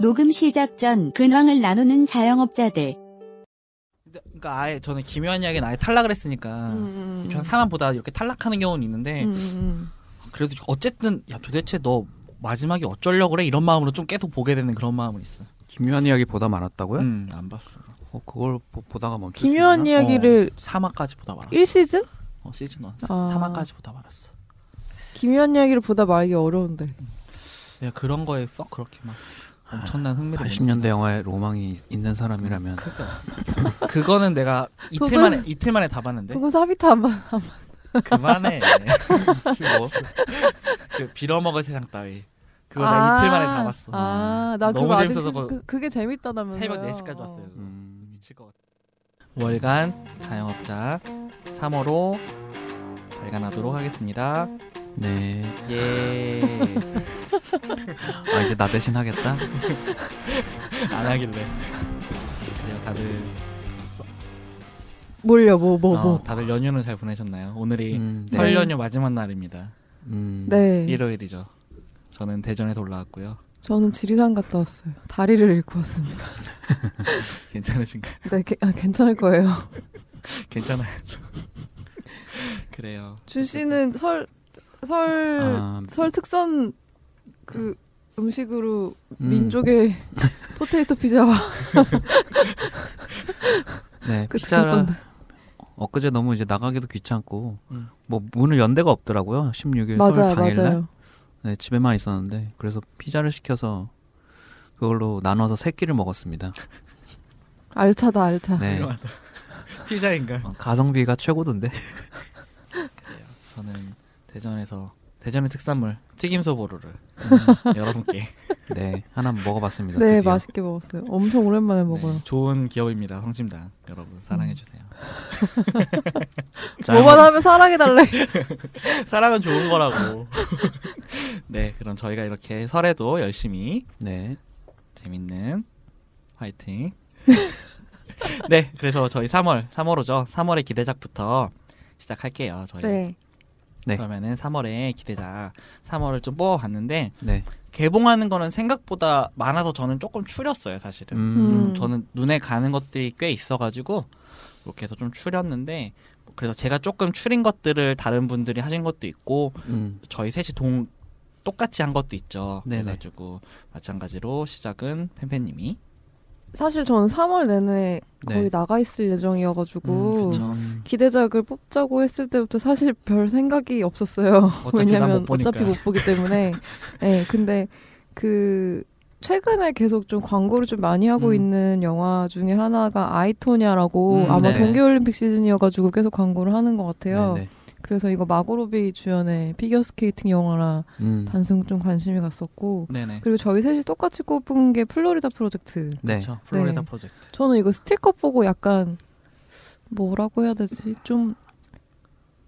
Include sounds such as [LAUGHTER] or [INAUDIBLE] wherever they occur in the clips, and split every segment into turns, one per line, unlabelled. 녹음 시작 전 근황을 나누는 자영업자들.
근데- 그러니까 아예 저는 기묘한 이야기는 아예 탈락을 했으니까
음,
전 사람보다 이렇게 탈락하는 경우는 있는데
음, 음.
그래도 어쨌든 야 도대체 너 마지막에 어쩌려고 그래 이런 마음으로 좀 계속 보게 되는 그런 마음은 있어.
기묘한 이야기 보다 말았다고요?
음, 안 봤어.
어, 그걸 보, 보다가 멈췄어요.
기묘한 이야기를
어, 3화까지 보다 말았어.
1시즌?
어, 시즌 1.
아.
3화까지 보다 말았어.
기묘한 이야기를 보다 말기 어려운데.
네. 야, 그런 거에 썩 그렇게 막 엄청난 흥미를
80년대 영화에 로망이 있는 사람이라면
그
크게 없어. 그거는 내가 이틀
그건-
만에 이틀 만에 다 봤는데
그거 사비타 한 번. [LAUGHS]
그만해. 뭐. 그 빌어먹을 세상 따위. 그거 나
아,
이틀 만에 다 봤어. 음.
아, 나
너무
그거 아직
재밌어서 그거-
시즌- 그, 그게 재밌다다면서요.
새벽 4시까지 왔어요. 그거.
음,
미칠 것 같아. 월간 자영업자 3호로 발간하도록 하겠습니다.
네.
예.
아 이제 나 대신 하겠다.
[LAUGHS] 안 하길래. 그래요, 다들
뭘요? 뭐, 뭐,
어,
뭐.
다들 연휴는 잘 보내셨나요? 오늘이
음, 네.
설 연휴 마지막 날입니다.
음,
네.
일요일이죠. 저는 대전에서 올라왔고요.
저는 지리산 갔다 왔어요. 다리를 잃고 왔습니다. [LAUGHS]
괜찮으신가요? [LAUGHS]
네, 게, 아, 괜찮을 거예요.
괜찮아요. [LAUGHS] 저. 그래요.
준 씨는 설, 설,
아,
설 특선 그 음식으로
음,
[LAUGHS]
민족의 포테이토 피자와
네.
그
피자라
드셨던데.
엊그제 너무 이제 나가기도 귀찮고
음.
뭐 문을 연 데가 없더라고요.
그
16일
맞아요,
설 당일날.
맞아요.
네, 집에만 있었는데 그래서 피자를 시켜서 그걸로 나눠서 세 끼를 먹었습니다.
알차다, 알차.
네.
훌륭하다. [LAUGHS] 피자인가?
어,
[LAUGHS]
가성비가 최고던데.
그래요. 저는 대전에서 대전의 특산물 튀김 소보루를 음, 여러분께
네, 하나 먹어봤습니다.
네,
드디어.
맛있게 먹었어요. 엄청 오랜만에 먹어요.
네, 좋은 기업입니다. 성심당 여러분 사랑해 주세요.
뭐만 하면 사랑해달래.
[LAUGHS] 사랑은 좋은 거라고. [LAUGHS] 네, 그럼 저희가 이렇게 설에도 열심히
네,
재밌는 [LAUGHS] 화이팅. 네, 그래서 저희 3월 3월호죠. 3월의 기대작부터 시작할게요. 저희
네.
네.
그러면은 3월의 기대작 3월을 좀 뽑아봤는데
네.
개봉하는 거는 생각보다 많아서 저는 조금 추렸어요, 사실은.
음,
음.
저는 눈에 가는 것들이 꽤 있어가지고 이렇게 해서 좀 추렸는데 그래서 제가 조금 추린 것들을 다른 분들이 하신 것도 있고
음,
저희 셋이 동 똑같이 한 것도 있죠.
네네.
그래가지고 마찬가지로 시작은 팬팬님이
사실 저는 3월 내내
네.
거의 나가 있을 예정이어가지고
음, 그쵸.
음,
기대작을 뽑자고 했을 때부터 사실 별 생각이 없었어요.
[LAUGHS] 어차피 다
왜냐면
못 보니까.
어차피 못 보기
[LAUGHS]
때문에. 네, 근데 그 최근에 계속 좀 광고를 좀 많이 하고
음.
있는 영화 중에 하나가 아이토냐라고
음,
아마
네.
동계올림픽 시즌이어가지고 계속 광고를 하는 것 같아요.
네, 네.
그래서 이거 마고로비 주연의 피겨스케이팅 영화라
음,
단순 좀 관심이 갔었고
네네.
그리고 저희 셋이 똑같이 꼽은 게 플로리다 프로젝트.
네.
그렇죠. 플로리다
네.
프로젝트.
저는 이거 스티커 보고 약간 뭐라고 해야 되지? 좀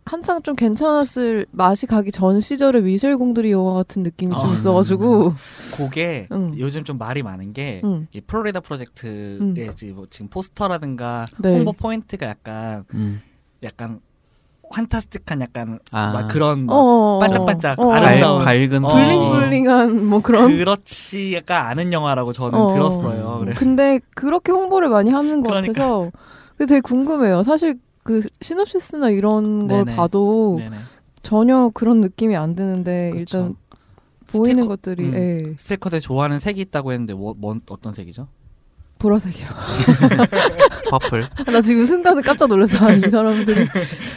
한창 좀 괜찮았을 맛이 가기 전 시절의 미셸 공들이 영화 같은 느낌이
아.
좀 있어가지고
그게
응.
요즘 좀 말이 많은 게
응.
이 플로리다 프로젝트의
음.
지- 뭐 지금 포스터라든가
네.
홍보 포인트가 약간
음.
약간 환타스틱한 약간
아,
막 그런
어,
반짝반짝
발,
아름다운
밝은
어.
블링블링한 뭐 그런
그렇지 약간 아는 영화라고 저는
어.
들었어요. 그래.
근데 그렇게 홍보를 많이 하는 것
그러니까.
같아서 그게 되게 궁금해요. 사실 그 시놉시스나 이런 걸
네네.
봐도
네네.
전혀 그런 느낌이 안 드는데
그쵸.
일단 보이는
스티커-
것들이
음.
예,
스티커들 좋아하는 색이 있다고 했는데 뭐, 뭔 어떤 색이죠?
보라색이야.
퍼플.
[LAUGHS] 나 지금 순간에 깜짝 놀랐어. 아니, 이 사람들이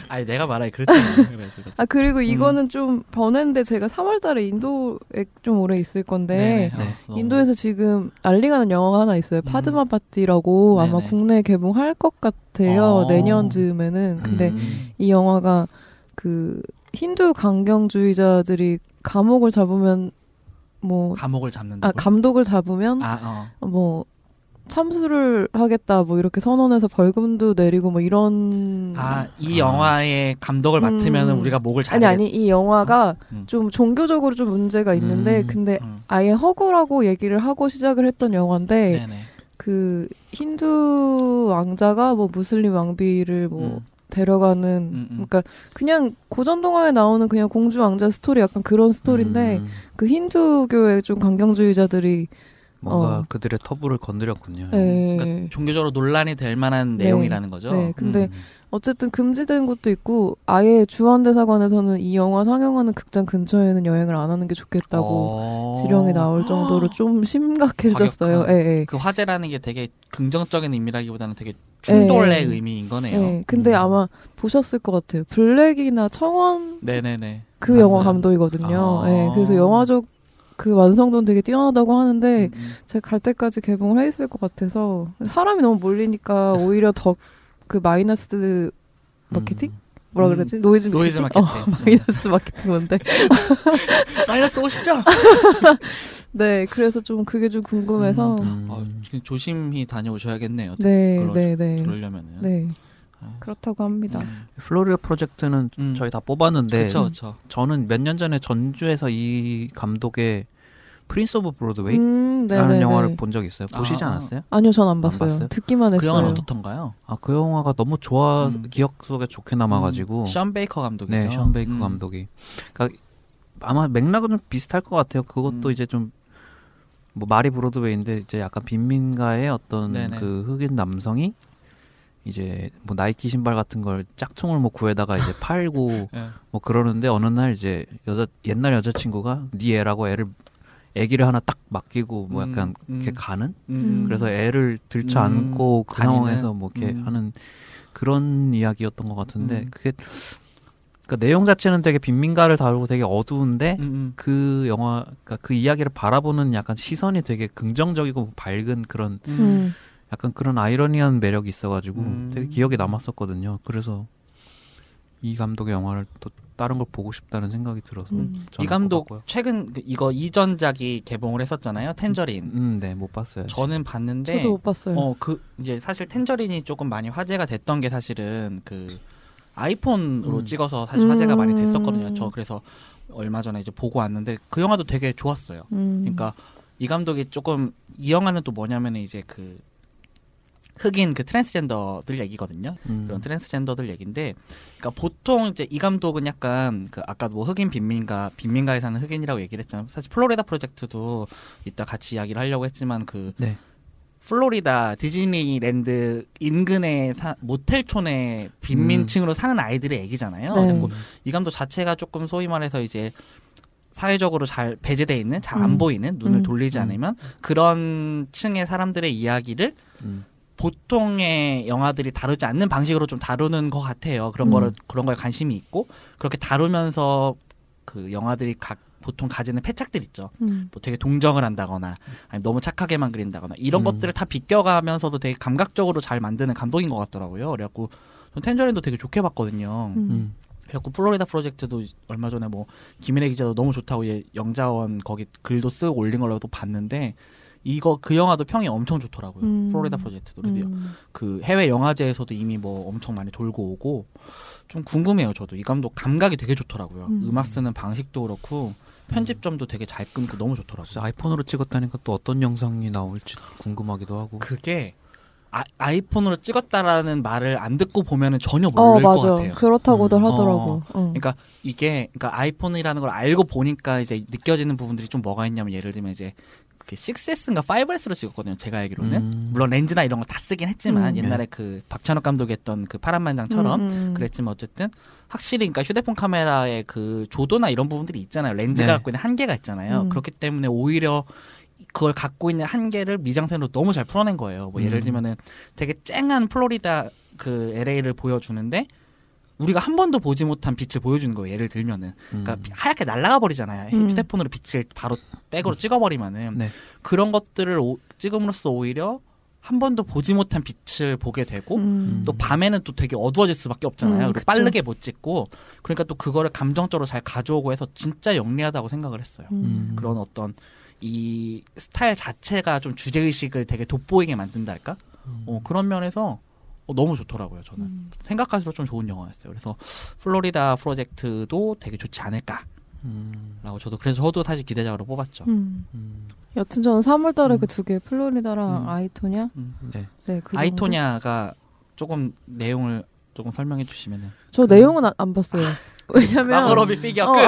아니 내가 말하기
[LAUGHS]
그랬잖아. 그래서
아
음.
그리고 이거는 좀 번외인데 제가 3월달에 인도에 좀 오래 있을 건데
네네. 어,
아, 인도에서 지금 난리가 난 영화가 하나 있어요. 파드마 파티라고 아마
네네.
국내에 개봉할 것 같아요.
어.
내년쯤에는 근데
음,
이 영화가 그 힌두 강경주의자들이 감옥을 잡으면
너무
뭐
감옥을 잡는다.
아, 감독을 잡으면
아,
뭐 참수를 하겠다 뭐 이렇게 선언해서 벌금도 내리고 뭐 이런
어. 아, 이
아.
영화의 감독을 맡으면
음.
우리가 목을 잘
아니 아니 이 영화가
음.
좀 종교적으로 좀 문제가 있는데
음,
근데 아예 허구라고 얘기를 하고 시작을 했던 영화인데
네네.
그 힌두 왕자가 뭐 무슬림 왕비를 뭐
음.
데려가는
음.
그러니까 그냥 고전 동화에 나오는 그냥 공주 왕자 스토리 약간 그런 스토리인데
음,
그 힌두교의 좀 강경주의자들이
뭔가
어.
그들의 터부를 건드렸군요.
네.
그러니까 종교적으로 논란이 될 만한
네.
내용이라는 거죠.
네, 근데
음.
어쨌든 금지된 곳도 있고 아예 주한대사관에서는 이 영화 상영하는 극장 근처에는 여행을 안 하는 게 좋겠다고
어.
지령이 나올 정도로 좀 심각해졌어요.
과격한.
예, 예.
[GASPS] 그 화제라는 게 되게 긍정적인 의미라기보다는 되게 충돌의
네.
의미인 거네요.
예. 근데
음.
아마 보셨을 것 같아요. 블랙이나 청원
네네네.
그
맞아요.
영화 감독이거든요.
아.
예. 그래서 영화적 그 완성도는 되게 뛰어나다고 하는데
음, 음.
제가 갈 때까지 개봉을 해 있을 것 같아서 사람이 너무 몰리니까 오히려 더 그 마이너스 마케팅? 뭐라
음.
그러지? 노이즈 마케팅?
노이즈 음. 마케팅.
어, 마이너스 마케팅 뭔데?
[LAUGHS] 마이너스 50점.
네, 그래서 좀 그게 좀 [LAUGHS] 궁금해서
음.
아, 조심히 다녀오셔야겠네요.
네,
그러-
네, 네,
그러려면은.
네
아.
그렇다고 합니다. 음,
플로리다 프로젝트는
음.
저희 네. 다 뽑았는데
그렇죠, 그렇죠.
저는 몇 년 전에 전주에서 이 감독의 프린스 오브 브로드웨이라는
음, 네, 네, 네.
영화를 본 적이 있어요. 보시지
아.
않았어요?
아니요, 전 안 봤어요.
봤어요?
듣기만 했어요.
그 영화는 어떻던가요?
아, 그 영화가 너무 좋아
음.
기억 속에 좋게 남아 가지고
음, 션 베이커 감독이죠.
네, 션 베이커
음.
감독이. 그러니까 아마 맥락은 좀 비슷할 것 같아요. 그것도
음.
이제 좀 뭐 말이 브로드웨이인데 이제 약간 빈민가의 어떤
네네.
그 흑인 남성이 이제 뭐 나이키 신발 같은 걸 짝퉁을 뭐
[LAUGHS]
구해다가 이제 팔고
예.
뭐 그러는데 어느 날 이제 여자 옛날 여자친구가 네 애라고 애를 애기를 하나 딱 맡기고 뭐
음,
약간
음.
이렇게 가는
음.
그래서 애를 들쳐
음,
안고 그
다니는?
상황에서 뭐 이렇게
음.
하는 그런 이야기였던 것 같은데
음.
그게 그러니까 내용 자체는 되게 빈민가를 다루고 되게 어두운데
음, 음.
그 영화 그러니까 그 이야기를 바라보는 약간 시선이 되게 긍정적이고 밝은 그런
음.
약간 그런 아이러니한 매력이 있어가지고
음.
되게 기억에 남았었거든요. 그래서 이 감독의 영화를 또 다른 걸 보고 싶다는 생각이 들어서
음.
저는
이 감독
꼽았고요.
최근 그 이거 이전작이 개봉을 했었잖아요. 텐저린.
음, 네, 못 봤어요.
저는 봤는데
저도 못 봤어요.
어 그 이제 사실 텐저린이 조금 많이 화제가 됐던 게 사실은 그 아이폰으로
음.
찍어서 사실 화제가 많이
음.
됐었거든요. 저 그래서 얼마 전에 이제 보고 왔는데 그 영화도 되게 좋았어요.
음.
그러니까 이 감독이 조금 이 영화는 또 뭐냐면 이제 그 흑인 그 트랜스젠더들 얘기거든요.
음.
그런 트랜스젠더들 얘긴데, 그러니까 보통 이제 이 감독은 약간 그 아까 뭐 흑인 빈민가 빈민가에 사는 흑인이라고 얘기를 했잖아요. 사실 플로리다 프로젝트도 이따 같이 이야기를 하려고 했지만 그
네.
플로리다 디즈니랜드 인근의 사- 모텔촌의 빈민층으로 사는 아이들의 얘기잖아요.
네.
음.
그리고 이 감독 자체가 조금 소위 말해서 이제 사회적으로 잘 배제돼 있는 잘 안
음.
보이는 눈을
음.
돌리지
음.
않으면 그런 층의 사람들의 이야기를
음.
보통의 영화들이 다루지 않는 방식으로 좀 다루는 것 같아요. 그런
음.
거를 그런 거에 관심이 있고 그렇게 다루면서 그 영화들이 각 보통 가지는 패착들 있죠.
음.
뭐 되게 동정을 한다거나 아니 너무 착하게만 그린다거나 이런
음.
것들을 다 비껴가면서도 되게 감각적으로 잘 만드는 감독인 것 같더라고요. 그래갖고 전 텐저린도 되게 좋게 봤거든요.
음.
음.
그래갖고 플로리다 프로젝트도 얼마 전에 뭐 김인혜 기자도 너무 좋다고 얘 영자원 거기 글도 쓰고 올린 걸로도 봤는데 이거 그 영화도 평이 엄청 좋더라고요.
음.
플로리다 프로젝트도 그래서
음.
그 해외 영화제에서도 이미 뭐 엄청 많이 돌고 오고 좀 궁금해요. 저도 이 감독 감각이 되게 좋더라고요.
음.
음. 악 쓰는 방식도 그렇고 편집점도 되게 잘 끊고 너무
그래서
좋더라고요.
아이폰으로 찍었다니까 또 어떤 영상이 나올지 궁금하기도 하고.
그게 아, 아이폰으로 찍었다라는 말을 안 듣고 보면은 전혀 모를
어,
것
맞아.
같아요.
그렇다고들
음.
하더라고. 어.
그러니까 이게 그러니까 아이폰이라는 걸 알고 보니까 이제 느껴지는 부분들이 좀 뭐가 있냐면 예를 들면 이제 그게 6S인가 5S로 찍었거든요. 제가 알기로는
음.
물론 렌즈나 이런 거 다 쓰긴 했지만
음.
옛날에 그 박찬욱 감독이 했던 그 파란만장처럼
음, 음.
그랬지만 어쨌든 확실히 그러니까 휴대폰 카메라의 그 조도나 이런 부분들이 있잖아요. 렌즈가
네.
갖고 있는 한계가 있잖아요.
음.
그렇기 때문에 오히려 그걸 갖고 있는 한계를 미장센으로 너무 잘 풀어낸 거예요. 뭐 예를
음.
들면은 되게 쨍한 플로리다 그 LA를 보여주는데 우리가 한 번도 보지 못한 빛을 보여주는 거예요. 예를 들면은
음.
그러니까 하얗게 날아가 버리잖아요.
음.
휴대폰으로 빛을 바로 백으로 찍어버리면은
음. 네.
그런 것들을 오- 찍음으로써 오히려 한 번도 보지 못한 빛을 보게 되고
음.
또 밤에는 또 되게 어두워질 수밖에 없잖아요.
음,
그리고
그쵸.
빠르게 못 찍고 그러니까 또 그거를 감정적으로 잘 가져오고 해서 진짜 영리하다고 생각을 했어요.
음.
그런 어떤 이 스타일 자체가 좀 주제 의식을 되게 돋보이게 만든다 할까?
음.
어, 그런 면에서 어, 너무 좋더라고요. 저는
음.
생각할수록 좀 좋은 영화였어요. 그래서 플로리다 프로젝트도 되게 좋지 않을까라고
음.
저도 그래서 저도 사실 기대작으로 뽑았죠.
음.
음.
여튼 저는 3월달에
음.
그 두 개 플로리다랑
음.
아이토냐.
네.
네, 그
아이토냐가 조금 내용을 조금 설명해 주시면은 [LAUGHS] 아,
정도? 저 내용은 안, 안 봤어요. 왜냐면 [LAUGHS]
마거로비 피겨
어.
끝.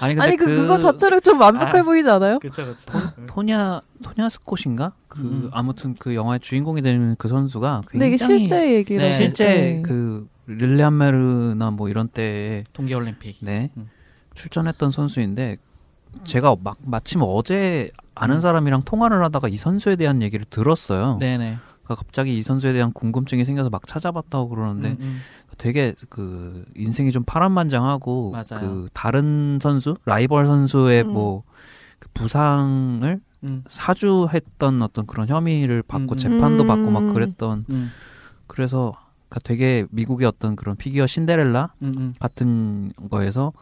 아니 근데
아니 그, 그거 자체를 좀 완벽해
아.
보이지 않아요?
그쵸 그쵸. 응.
토냐 토냐 스콧인가? 그
음.
아무튼 그 영화의 주인공이 되는 그 선수가
근데
굉장히
이게 실제 얘기라
네,
실제 그 릴레한메르나 뭐 이런 때에
동계 올림픽.
네
음.
출전했던 선수인데 제가 막 마침 어제 아는 사람이랑 통화를 하다가 이 선수에 대한 얘기를 들었어요.
네네.
그러니까 갑자기 이 선수에 대한 궁금증이 생겨서 막 찾아봤다고 그러는데
음, 음.
되게 그 인생이 좀 파란만장하고
맞아요.
그 다른 선수 라이벌 선수의
음.
뭐그 부상을
음.
사주했던 어떤 그런 혐의를
음.
받고 재판도 받고
음.
막 그랬던
음.
그래서 그러니까 되게 미국의 어떤 그런 피겨 신데렐라
음. 음.
같은 거에서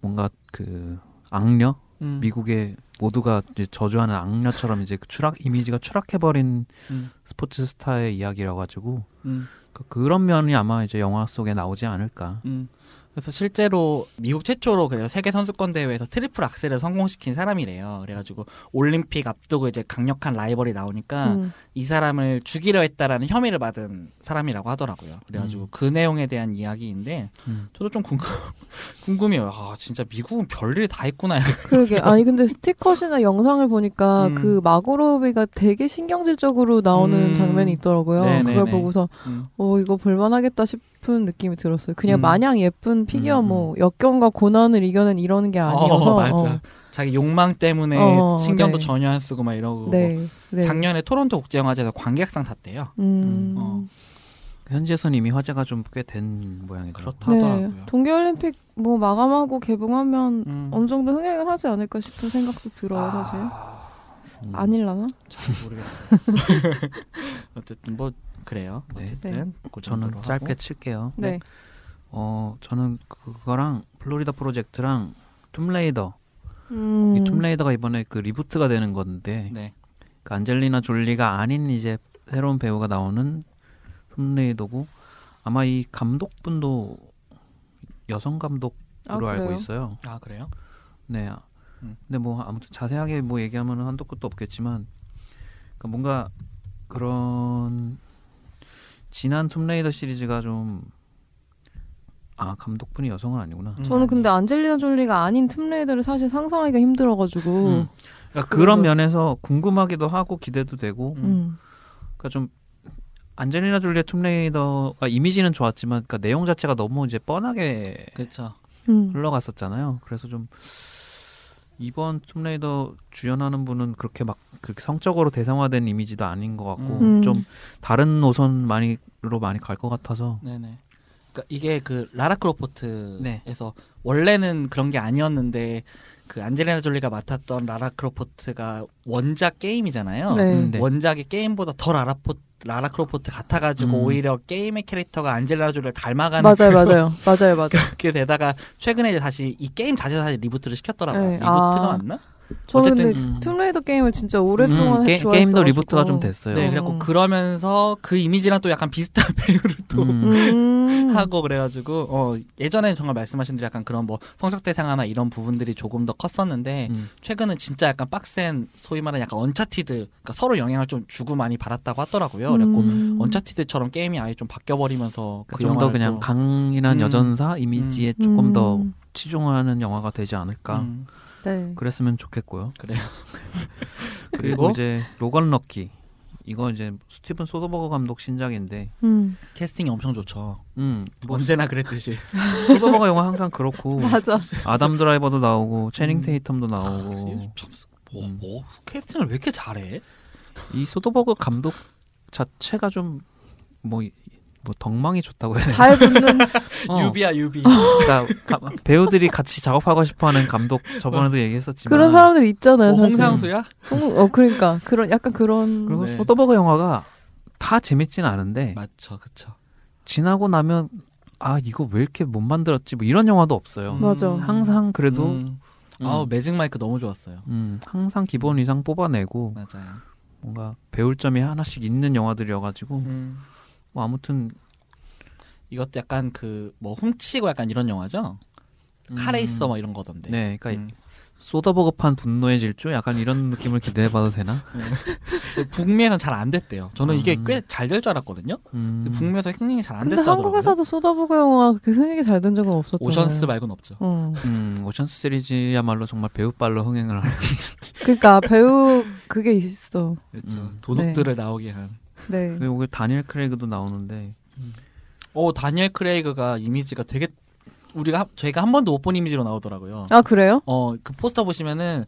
뭔가 그 악녀
음.
미국의 모두가 이제 저주하는 악녀처럼 이제 그 추락 이미지가 추락해버린
음.
스포츠 스타의 이야기라 가지고
음.
그- 그런 면이 아마 이제 영화 속에 나오지 않을까.
음. 그래서 실제로 미국 최초로 그래요 세계 선수권 대회에서 트리플 악셀을 성공시킨 사람이래요. 그래가지고 올림픽 앞두고 이제 강력한 라이벌이 나오니까
음.
이 사람을 죽이려 했다라는 혐의를 받은 사람이라고 하더라고요. 그래가지고
음.
그 내용에 대한 이야기인데
음.
저도 좀 궁금 [LAUGHS] 궁금해요. 아 진짜 미국은 별일 다 했구나.
그러게 아니 근데 스티커시나 영상을 보니까
음.
그 마고로비가 되게 신경질적으로 나오는
음.
장면이 있더라고요.
네네네.
그걸 보고서
음.
어 이거 볼만하겠다 싶은 느낌이 들었어요. 그냥
음.
마냥 예쁜 피규어
음, 음.
뭐 역경과 고난을 이겨낸 이러는 게
[LAUGHS]
아니어서
어, [LAUGHS] 맞아.
어,
자기 욕망 때문에
어,
신경도
네.
전혀 안 쓰고 막 이러고
네. 네.
작년에 토론토 국제영화제에서 관객상 탔대요.
음.
어,
현지에선 이미 화제가 좀 꽤 된 모양이더라고요.
그렇다더라고요.
네. 동계올림픽 뭐 마감하고 개봉하면
음, 아.
어느 정도 흥행을 하지 않을까 싶은 생각도 들어요, 사실.
음.
아닐라나?
잘 모르겠어요. 어쨌든 뭐 그래요.
네.
어쨌든 그
저는
정도로
짧게
하고.
칠게요.
네.
어, 저는 그거랑 플로리다 프로젝트랑 툼레이더.
음.
이 툼레이더가 이번에 그 리부트가 되는 건데
네.
그 안젤리나 졸리가 아닌 이제 새로운 배우가 나오는 툼레이더고 아마 이 감독분도 여성 감독으로
아,
알고
그래요?
있어요.
아 그래요?
네. 아,
음.
근데 뭐 아무튼 자세하게 뭐 얘기하면 한도 끝도 없겠지만 그러니까 뭔가 그런 지난 툼레이더 시리즈가 좀 아 감독분이 여성은 아니구나.
음,
저는 근데
아니에요.
안젤리나 졸리가 아닌 툼레이더를 사실 상상하기가 힘들어가지고.
음.
음.
그러니까
그래서-
그런 면에서 궁금하기도 하고 기대도 되고
음,
그러니까 좀 안젤리나 졸리의 툼레이더가 이미지는 좋았지만 그러니까 내용 자체가 너무 이제 뻔하게
그렇죠.
음.
흘러갔었잖아요. 그래서 좀 이번 툼레이더 주연하는 분은 그렇게 막 그렇게 성적으로 대상화된 이미지도 아닌 것 같고
음.
좀 다른 노선 많이로 많이 갈 것 같아서
네네. 그러니까 이게 그 라라 크로포트에서
네.
원래는 그런 게 아니었는데 그 안젤리나 졸리가 맡았던 라라 크로포트가 원작 게임이잖아요.
네.
음, 네.
원작의 게임보다 더 라라포 라라 크로포트 같아가지고
음.
오히려 게임의 캐릭터가 안젤라 조를 닮아가는
맞아요, 맞아요, 맞아요, 맞아요.
그렇게 되다가 최근에 이제 다시 이 게임 자체에서 다시 리부트를 시켰더라고요.
네,
리부트가
아.
맞나?
저는
어쨌든,
근데
음.
네, 그 툼레이더 게임을 진짜 오랫동안
음, 게,
좋아했어.
임도 리부트가 좀 됐어요.
네,
음.
그래갖고 그러면서 그 이미지랑 또 약간 비슷한 [LAUGHS] 배우를 또
음.
음.
하고 그래가지고 어 예전에 정말 말씀하신 대로 약간 그런 뭐 성적 대상화나 이런 부분들이 조금 더 컸었는데
음.
최근은 진짜 약간 빡센 소위 말하는 약간 언차티드 그러니까 서로 영향을 좀 주고 많이 받았다고 하더라고요. 그래갖고
음.
언차티드처럼 게임이 아예 좀 바뀌어버리면서 그
그러니까 좀 더
영화를
그냥
또-
강인한
음.
여전사 이미지에 조금
음.
더 치중하는 영화가 되지 않을까
음.
네.
그랬으면 좋겠고요.
그래요.
[LAUGHS] 그리고
그리고?
이제 로건 럭키 이거 이제 스티븐 소더버거 감독 신작인데
음.
캐스팅이 엄청 좋죠.
음, 뭐
언제나 그랬듯이.
소더버거 영화 항상
[LAUGHS]
그렇고
맞아.
아담 드라이버도 나오고
음.
체닝 테이텀도 나오고
참, 뭐, 뭐 캐스팅을 왜 이렇게 잘해?
이 소더버거 감독 자체가 좀 뭐 뭐 덕망이 좋다고 해야 되나?
잘 붙는.
어,
유비야 유비.
그러니까 가- 배우들이 같이 작업하고 싶어하는 감독 저번에도 얘기했었지만
그런 사람들 있잖아요.
뭐,
어, 사실.
홍상수야?
홍- 어, 그러니까 그런 약간 그런.
그리고
네.
소더버거 영화가 다 재밌진 않은데
맞죠, 그쵸.
지나고 나면 아 이거 왜 이렇게 못 만들었지 뭐 이런 영화도 없어요.
음,
맞아.
항상 그래도
음.
음,
아우 매직 마이크 너무 좋았어요.
음, 항상 기본 이상 뽑아내고
맞아요.
뭔가 배울 점이 하나씩 있는
음.
영화들이어가지고 뭐 아무튼
이것도 약간 그 뭐 훔치고 약간 이런 영화죠.
음,
카레이서 막 이런 거던데.
네, 그러니까
음.
쏟아버거판 분노의 질주 약간 이런 느낌을 기대해봐도 되나?
그 북미에서는 잘 안 됐대요. 저는 이게
음.
꽤 잘 될 줄 알았거든요.
음,
근데 북미에서 굉장히 잘 안
근데
됐다더라고요.
한국에서도 쏟아부고 영화 그렇게 흥행이 잘 된 적은 없었잖아요.
오션스 말고는 없죠.
어.
음, 오션스 시리즈야말로 정말 배우빨로 흥행을 하는
그러니까 배우 그게 있어.
그렇죠.
음.
도둑들을 나오게 한.
네.
음.
그리고 여기 다니엘 크레이그도 나오는데
어 다니엘 크레이그가 이미지가 되게 우리가 한- 저희가 한 번도 못 본 이미지로 나오더라고요.
아 그래요?
어 그 포스터 보시면은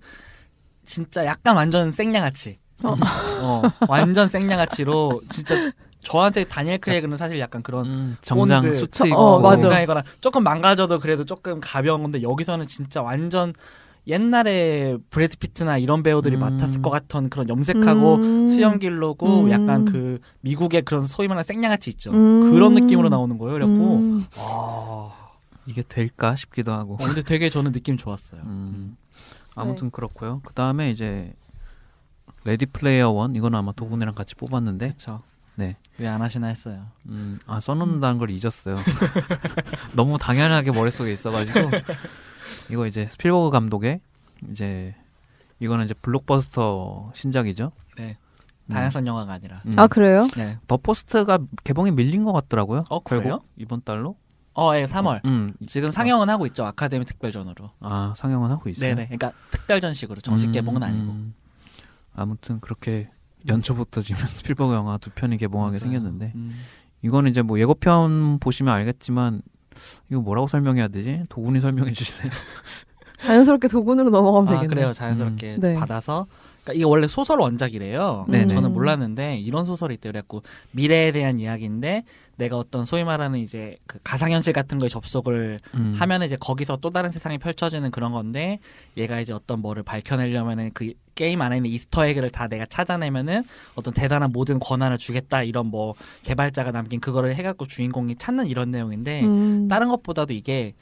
진짜 약간 완전 생냥아치.
어.
어. 완전 생냥아치로 진짜 저한테 다니엘 크레이그는 사실 약간 그런
정장
음, 본드.
수트
저-
입고
어, 맞아.
공장이거나 조금 망가져도 그래도 조금 가벼운 건데 여기서는 진짜 완전 옛날에 브래드 피트나 이런 배우들이
음.
맡았을 것 같은 그런 염색하고
음.
수염 길러고
음.
약간 그 미국의 그런 소위 말하는 생냥아치 있죠.
음.
그런 느낌으로 나오는 거예요. 그래갖고
음.
아,
이게 될까 싶기도 하고
어, 근데 되게 저는 느낌 좋았어요.
음, 아무튼 그렇고요. 그 다음에 이제 레디 플레이어 원 이건 아마 도군이랑 같이 뽑았는데
그렇죠.
네.
왜 안 하시나 했어요.
음, 아 써놓는다는 걸 잊었어요. [LAUGHS] 너무 당연하게 머릿속에 있어가지고 이거 이제 스필버그 감독의 이제 이거는 이제 블록버스터 신작이죠.
네.
음,
다양성 영화가 아니라.
음.
아 그래요?
네.
더 포스트가 개봉이 밀린 것 같더라고요.
어,
결국
그래요?
이번 달로?
어, 예, 3월.
음,
지금 상영은 하고 있죠. 아카데미 특별전으로.
아 상영은 하고 있어요.
네네. 그러니까 특별전식으로 정식
음,
개봉은 아니고.
음. 아무튼 그렇게 연초부터 지금 [LAUGHS] 스필버그 영화 두 편이 개봉하게
맞아요.
생겼는데
음.
이거는 이제 뭐 예고편 보시면 알겠지만 이거 뭐라고 설명해야 되지? 도훈이 설명해 주실래요?
자연스럽게 도군으로 넘어가면
아
되겠네요.
그래요 자연스럽게
음. 네.
받아서 그러니까 이게 원래 소설 원작이래요.
네네.
저는 몰랐는데 이런 소설이 있대요. 그래갖고 미래에 대한 이야기인데 내가 어떤 소위 말하는 이제 그 가상현실 같은 거에 접속을
음.
하면 이제 거기서 또 다른 세상이 펼쳐지는 그런 건데 얘가 이제 어떤 뭐를 밝혀내려면은 그 게임 안에 있는 이스터에그를 다 내가 찾아내면은 어떤 대단한 모든 권한을 주겠다 이런 뭐 개발자가 남긴 그거를 해갖고 주인공이 찾는 이런 내용인데
음.
다른 것보다도 이게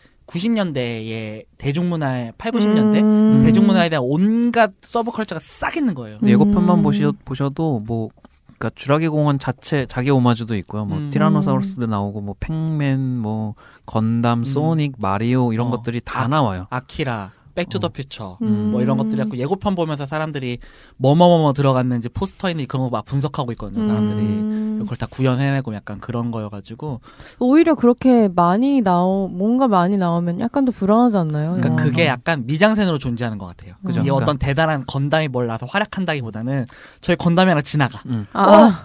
90년대의 대중문화의 8, 90년대
음.
대중문화에 대한 온갖 서브컬처가 싹 있는 거예요.
근데 예고편만
음.
보셔, 보셔도 뭐 그러니까 주라기 공원 자체 자기 오마주도 있고요. 뭐
음.
티라노사우루스도 나오고 뭐 팽맨, 뭐 건담, 소닉, 마리오 이런
음. 어.
것들이 다
아.
나와요.
아키라, 백투더 퓨처
음.
뭐 이런 것들이 갖고 예고편 보면서 사람들이 뭐뭐뭐뭐 들어갔는지 포스터인지 그런 거 막 분석하고 있거든요. 사람들이
음.
그걸 다 구현해내고 약간 그런 거여가지고
오히려 그렇게 많이 나오 뭔가 많이 나오면 약간 더 불안하지 않나요?
그러니까
영화가?
그게 약간 미장센으로 존재하는 것 같아요.
음. 그죠?
이
그러니까.
어떤 대단한 건담이 뭘 나서 활약한다기보다는 저희 건담이 하나 지나가.
아,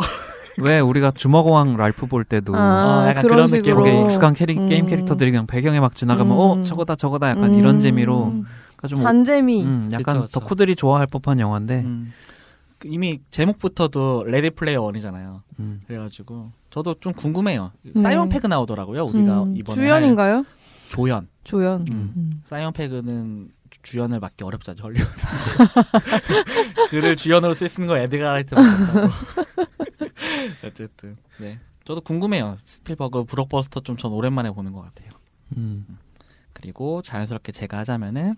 왜 우리가 주먹왕 랄프 볼 때도
아,
어, 약간 그런
식으로.
느낌으로.
이렇게 익숙한 캐릭,
음.
게임 캐릭터들이 그냥 배경에 막 지나가면
음.
어 저거다 저거다 약간 이런
음.
재미로 그러니까 좀
잔재미.
음,
그쵸,
약간
그쵸.
덕후들이 좋아할 법한 영화인데
음. 그 이미 제목부터도 레디 플레이어 원이잖아요.
음.
그래가지고 저도 좀 궁금해요.
네.
사이언 패그 나오더라고요. 우리가
음.
이번에 할
주연인가요?
조연.
조연.
음.
음.
사이언 패그는 주연을 맡기 어렵죠. 헐리우드. [LAUGHS] 그를 주연으로 쓰는 거 에드가 라이트 맡았다고. 어쨌든 네. 저도 궁금해요. 스필버그 브록버스터 좀 전 오랜만에 보는 것 같아요.
음.
그리고 자연스럽게 제가 하자면은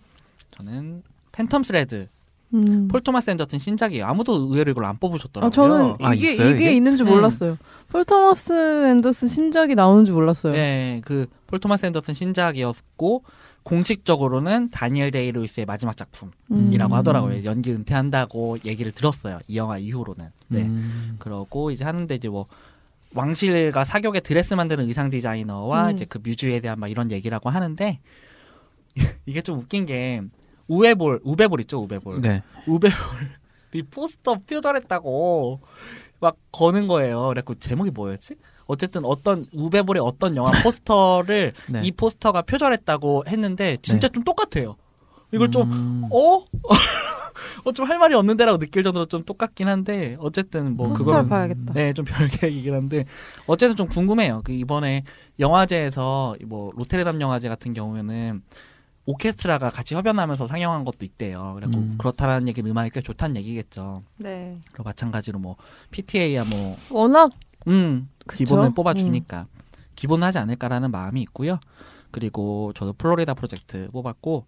저는 팬텀 스레드
음.
폴 토마스 앤더튼 신작이에요. 아무도 의외로 이걸 안 뽑으셨더라고요.
아, 저는
아,
이게,
있어요,
이게
이게?
있는 줄
음.
몰랐어요. 폴 토마스 앤더슨 신작이 나오는 줄 몰랐어요.
네, 그 폴 토마스 앤더슨 신작이었고 공식적으로는 다니엘 데이 루이스의 마지막 작품이라고
음.
하더라고요. 연기 은퇴한다고 얘기를 들었어요. 이 영화 이후로는. 네.
음.
그러고 이제 하는데 이제 뭐 왕실과 사격의 드레스 만드는 의상 디자이너와
음.
이제 그 뮤즈에 대한 막 이런 얘기라고 하는데 [LAUGHS] 이게 좀 웃긴 게 우베볼 우베볼 있죠 우베볼
네.
우베볼이 포스터 표절했다고 막 거는 거예요. 그래갖고 제목이 뭐였지? 어쨌든 어떤 우베볼의 어떤
[LAUGHS]
영화 포스터를
네.
이 포스터가 표절했다고 했는데 진짜 좀 똑같아요. 이걸 좀
음.
어? [LAUGHS] 어 좀 할 말이 없는데라고 느낄 정도로 좀 똑같긴 한데 어쨌든 뭐
포스터
그거는
봐야겠다.
네, 좀 [LAUGHS] 별개이긴 한데 어쨌든 좀 궁금해요. 그 이번에 영화제에서 뭐 로테르담 영화제 같은 경우에는 오케스트라가 같이 협연하면서 상영한 것도 있대요. 그래고
음.
그렇다라는 얘기는 음악이 꽤 좋다는 얘기겠죠.
네.
그리고 마찬가지로 뭐 PTA야 뭐
워낙
음,
그쵸?
기본을 뽑아주니까 기본을 하지 않을까라는 마음이 있고요. 그리고 저도 플로리다 프로젝트 뽑았고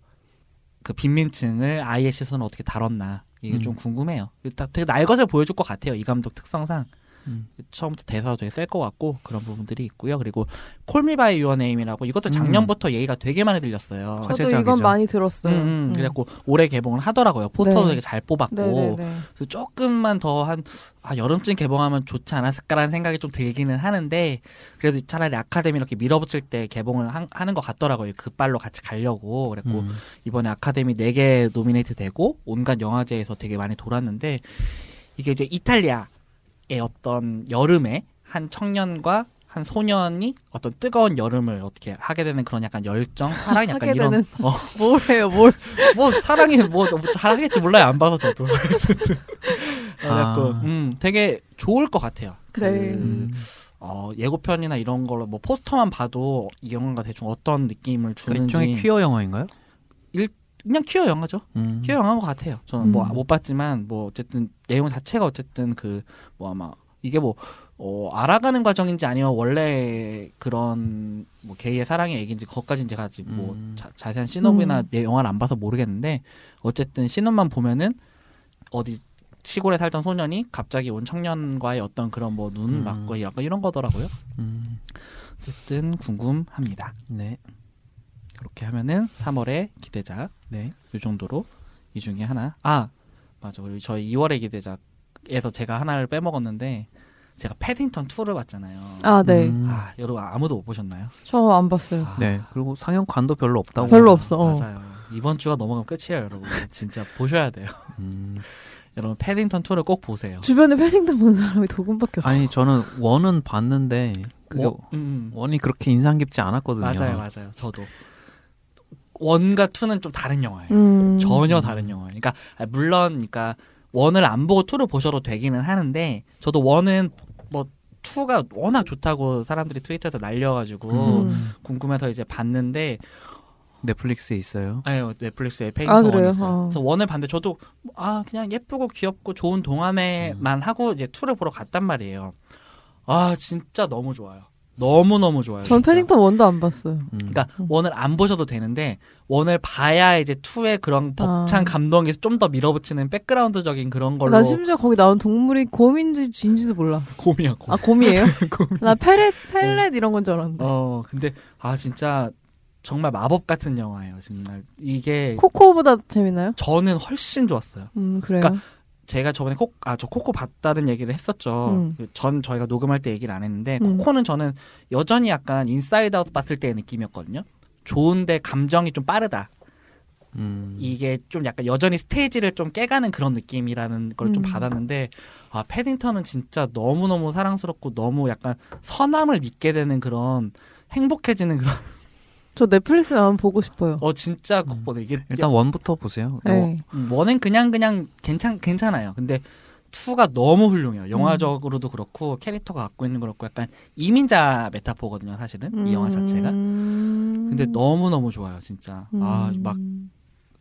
그 빈민층을 아이의 시선을 어떻게 다뤘나 이게
음.
좀 궁금해요. 일단 되게 날것을 보여줄 것 같아요. 이 감독 특성상
음.
처음부터 대사가 되게 셀 것 같고 그런 부분들이 있고요. 그리고 콜미바이 유어네임이라고
음.
이것도 작년부터 얘기가 되게 많이 들렸어요.
과제-
저도
과제작이죠.
이건 많이 들었어요.
음, 음.
음.
그래갖고 올해 개봉을 하더라고요. 포스터도
네.
되게 잘 뽑았고
네네네.
그래서 조금만 더 한 아, 여름쯤 개봉하면 좋지 않았을까라는 생각이 좀 들기는 하는데 그래도 차라리 아카데미 이렇게 밀어붙일 때 개봉을 한- 하는 것 같더라고요. 그 빨로 같이 가려고 그랬고
음.
이번에 아카데미 4개 노미네이트 되고 온갖 영화제에서 되게 많이 돌았는데 이게 이제 이탈리아의 어떤 여름에 한 청년과 한 소년이 어떤 뜨거운 여름을 어떻게 하게 되는 그런 약간 열정, 사랑 약간
[LAUGHS] 하게
이런
되는.
어,
뭐래요, 뭘.
뭐 사랑이 뭐 너무 잘하겠지 몰라요 안 봐서
[LAUGHS]
저도 그래갖고
아.
음 되게 좋을 것 같아요. 그,
네.
음.
어, 예고편이나 이런 걸로 뭐 포스터만 봐도 이 영화가 대충 어떤 느낌을
그러니까 일종의
주는지
퀴어 영화인가요?
그냥 퀴어 영화죠.
음.
퀴어 영화인 것 같아요. 저는 뭐
음.
못 봤지만 뭐 어쨌든 내용 자체가 어쨌든 그 뭐 아마 이게 뭐 어, 알아가는 과정인지 아니면 원래 그런 뭐 게이의 사랑의 얘기인지 그것까지는 제가 아직 뭐
음.
자, 자세한 신업이나
음.
내 영화를 안 봐서 모르겠는데 어쨌든 신업만 보면은 어디 시골에 살던 소년이 갑자기 온 청년과의 어떤 그런 뭐 눈
음.
맞고 약간 이런 거더라고요.
음.
어쨌든 궁금합니다.
네.
그렇게 하면은 3월에 기대작
네.
요 정도로 이 중에 하나 아 맞아 우리 저희 2월의 기대작에서 제가 하나를 빼먹었는데 제가 패딩턴 2를 봤잖아요 아,
아, 네.
음.
여러분 아무도 못 보셨나요?
저 안 봤어요.
아,
네. 그리고 상영관도 별로 없다고.
별로 없어. 어.
맞아요 이번 주가 넘어가면 끝이에요 여러분 진짜 보셔야 돼요 [LAUGHS]
음.
여러분 패딩턴 2를 꼭 보세요
주변에 패생단 보는 사람이 도금밖에 없어.
아니 저는 원은 봤는데 그게
뭐, 음, 음.
원이 그렇게 인상 깊지 않았거든요.
맞아요 맞아요 저도 원과 2는 좀 다른 영화예요
음.
전혀
음.
다른 영화예요. 그러니까 아, 물론 그러니까 원을 안 보고 투를 보셔도 되기는 하는데 저도 원은 뭐 투가 워낙 좋다고 사람들이 트위터에서 날려가지고
음.
궁금해서 이제 봤는데
넷플릭스에 있어요.
아유 넷플릭스에
아,
페인트 원이
그래요?
있어요.
어.
그래서 원을 봤는데 저도 아 그냥 예쁘고 귀엽고 좋은
음.
동안에만 하고 이제 투를 보러 갔단 말이에요. 아 진짜 너무 좋아요. 너무 너무 좋아요.
전
진짜.
패딩턴 원도 안 봤어요.
음.
그러니까 원을 안 보셔도 되는데 원을 봐야 이제 투의 그런 벅찬
아.
감동이 좀 더 밀어붙이는 백그라운드적인 그런 걸로
나 심지어 거기 나온 동물이 곰인지 쥐인지도 몰라.
곰이야 [LAUGHS] 곰.
아, 곰이에요? 나 페렛, 페렛 이런 건 줄 알았는데.
어 근데 아 진짜 정말 마법 같은 영화예요 정말 이게
코코보다 재밌나요?
저는 훨씬 좋았어요.
음, 그래요.
그러니까 제가 저번에 코 아 저 코코 봤다는 얘기를 했었죠.
음.
그전 저희가 녹음할 때 얘기를 안 했는데
음.
코코는 저는 여전히 약간 인사이드 아웃 봤을 때의 느낌이었거든요. 좋은데 감정이 좀 빠르다.
음.
이게 좀 약간 여전히 스테이지를 좀 깨가는 그런 느낌이라는 걸 좀
음.
받았는데 아 패딩턴은 진짜 너무 너무 사랑스럽고 너무 약간 선함을 믿게 되는 그런 행복해지는 그런 [LAUGHS]
저 넷플릭스만 보고 싶어요.
어 진짜 그거는 이게
음. 일단 원부터 보세요. 뭐,
네.
음, 원은 그냥 그냥 괜찮 괜찮아요. 근데 투가 너무 훌륭해요.
음.
영화적으로도 그렇고 캐릭터가 갖고 있는 거 그렇고 약간 이민자 메타포거든요, 사실은
음.
음.
이 영화 자체가. 근데 너무 너무 좋아요, 진짜.
음.
음.
아막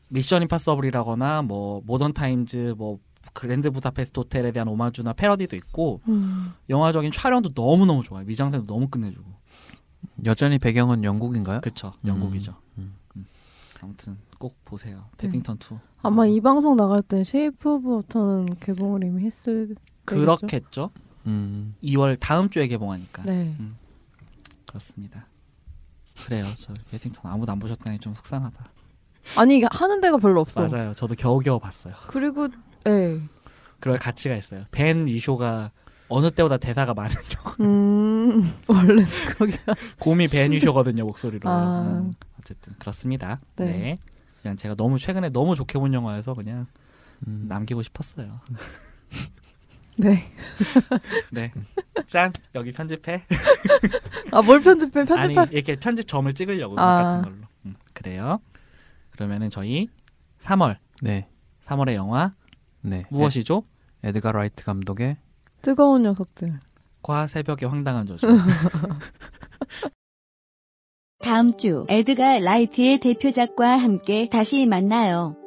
미션 임파서블이라거나 뭐 모던 타임즈 뭐 그랜드 부다페스트 호텔에 대한 오마주나 패러디도 있고
음.
영화적인 촬영도 너무 너무 좋아요. 미장센도 너무 끝내주고.
여전히 배경은 영국인가요?
그쵸,
음,
영국이죠.
음.
음. 아무튼 꼭 보세요. 패딩턴 음. 2.
음. 아마 이 방송 나갈 때 쉐이프 오브 워터는 개봉을 이미 했을 때겠죠?
그렇겠죠.
음.
2월 다음 주에 개봉하니까.
네.
그렇습니다. 그래요. 저 배팅턴 아무도 안 보셨다니 좀 속상하다.
아니 이게 하는 데가 별로 없어.
맞아요. 저도 겨우겨우 봤어요.
그리고 예.
그럴 가치가 있어요. 벤 위쇼가 어느 때보다 대사가 많은 영화.
음. [LAUGHS] 원래 거기가
곰이 벤 위쇼거든요 목소리로.
아.
음, 어쨌든 그렇습니다. 네.
네.
그냥 제가 너무 최근에 너무 좋게 본 영화여서 그냥
음.
남기고 싶었어요.
네.
네. 짠 여기 편집해.
아 뭘 편집해?
아니
편집할
이렇게 편집 점을 찍으려고
아.
같은 걸로. 음, 그래요. 그러면은 저희 3월
네.
3월의 영화
네.
무엇이죠?
에, 에드가 라이트 감독의
뜨거운 녀석들.
과 새벽의 황당한 저주.
다음 주 에드가 라이트의 대표작과 함께 다시 만나요.